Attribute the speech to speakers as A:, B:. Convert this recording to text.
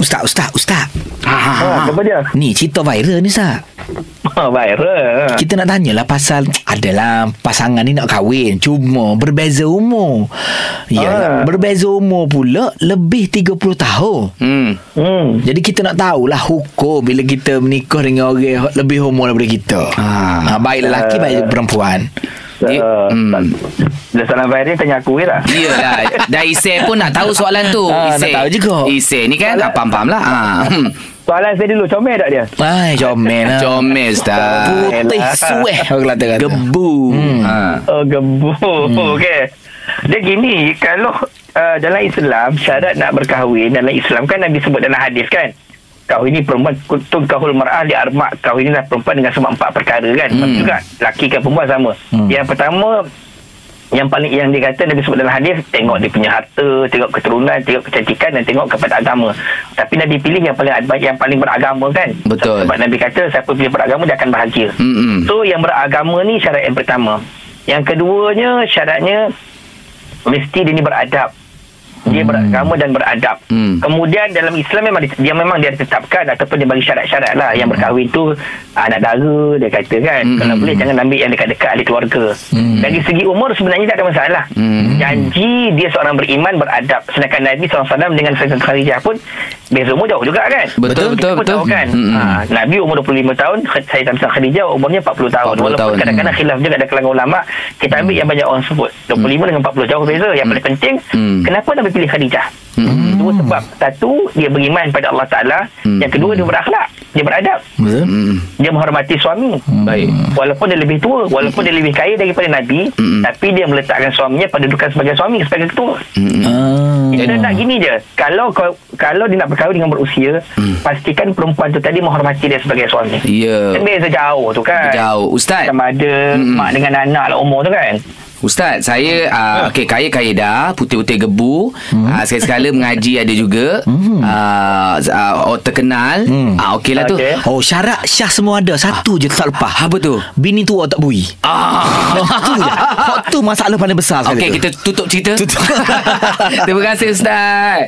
A: Ustaz, Ustaz, Ustaz. Ha, ha,
B: Ha, apa dia?
A: Ni cerita viral ni, Ustaz.
B: Ha, viral.
A: Kita nak tanyalah pasal adalah pasangan ni nak kahwin cuma berbeza umur. Ya,
B: Ah.
A: berbeza umur pula lebih 30 tahun.
C: Hmm.
B: Hmm.
A: Jadi kita nak tahulah hukum bila kita menikah dengan orang yang lebih umur daripada kita. Ha,
C: Ah.
A: baik lelaki, baik perempuan.
B: Dia,
C: Dia-
B: uh,
C: hmm.
B: hmm. Dah salam viral tanya aku je lah.
C: Ya Iyalah Dan Isai pun nak tahu soalan tu
A: Ah,
C: Isai
A: nak tahu juga.
C: Isai ni kan tak faham-faham lah ha. hmm.
B: Soalan saya dulu, comel tak dia?
A: Ai, comel lah.
C: Comel Ustaz
A: Putih
B: Elah.
A: sueh orang kata-kata.
C: Gebu
A: Hmm.
C: ha.
B: Oh, gebu. Hmm. Okey. Dia gini, kalau uh, dalam Islam, syarat nak berkahwin, dalam Islam kan Nabi sebut dalam hadis kan? Kahwini perempuan, kutung kahul mar'ah li arma' kahwinilah perempuan dengan sebab empat perkara kan? Hmm. juga, laki ke perempuan sama.
A: Hmm.
B: Hmm. Yang pertama, yang paling yang dia kata Nabi sebut dalam hadis tengok dia punya harta tengok keturunan tengok kecantikan dan tengok kepada agama tapi Nabi pilih yang paling ad- yang paling beragama kan
C: Betul.
B: sebab Nabi kata siapa pilih beragama dia akan bahagia
C: Mm-mm.
B: so yang beragama ni syarat yang pertama yang keduanya syaratnya mesti dia ni beradab dia beragama dan beradab.
C: Hmm.
B: Kemudian dalam Islam memang dia, dia memang dia tetapkan ataupun dia bagi syarat-syarat lah yang berkahwin tu anak dara dia kata kan.
C: Hmm.
B: Kalau boleh jangan ambil yang dekat-dekat ahli keluarga.
A: Hmm.
B: Dari segi umur sebenarnya tak ada masalah.
C: Hmm.
B: Janji dia seorang beriman beradab. Sedangkan Nabi SAW dengan Saidat Khadijah pun beza umur jauh juga kan.
C: Betul,
B: Kita
C: betul,
B: pun
C: betul.
B: Tahu kan.
C: Hmm.
B: Ha, Nabi umur 25 tahun, Saidat Khadijah umurnya 40
C: 40
B: tahun. Walaupun
C: tahun.
B: kadang-kadang
C: Hmm.
B: khilaf juga ada kalangan ulama kita ambil yang banyak orang sebut 25 dengan 40 jauh beza yang paling penting
C: Hmm.
B: kenapa Nabi pilih Khadijah
C: Hmm.
B: dua sebab satu dia beriman pada Allah Ta'ala
C: Hmm.
B: yang kedua dia berakhlak dia beradab
A: Betul?
C: Mm-mm.
B: dia menghormati suami
C: Hmm. Baik.
B: walaupun dia lebih tua walaupun dia lebih kaya daripada Nabi
C: Hmm.
B: tapi dia meletakkan suaminya pada dudukan sebagai suami sebagai ketua
C: Mm-mm.
A: Ah.
B: kita
C: Hmm.
B: nak gini je kalau kau- kalau dia nak berkahwin dengan berusia
C: Hmm.
B: pastikan perempuan tu tadi menghormati dia sebagai suami
C: Ya
B: kan beza jauh tu kan
C: Jauh Ustaz
B: sama ada
C: Mm-mm.
B: mak dengan anak lah umur tu kan
C: Ustaz, saya uh, okey kaya-kaya dah, putih-putih gebu, hmm. uh, sekali-sekala mengaji ada juga. Hmm. Uh, uh, oh, terkenal.
A: Hmm.
C: Hmm. Ah okeylah tu.
B: Okey.
A: Oh syarat Syah semua ada Satu je tak lepas
C: Apa tu?
A: Bini tua tak bui
C: Ah.
A: Oh, tu je Oh, tu masalah paling besar sekali
C: Okey,
A: tu.
C: kita tutup cerita.
A: Tutup.
C: Terima kasih Ustaz.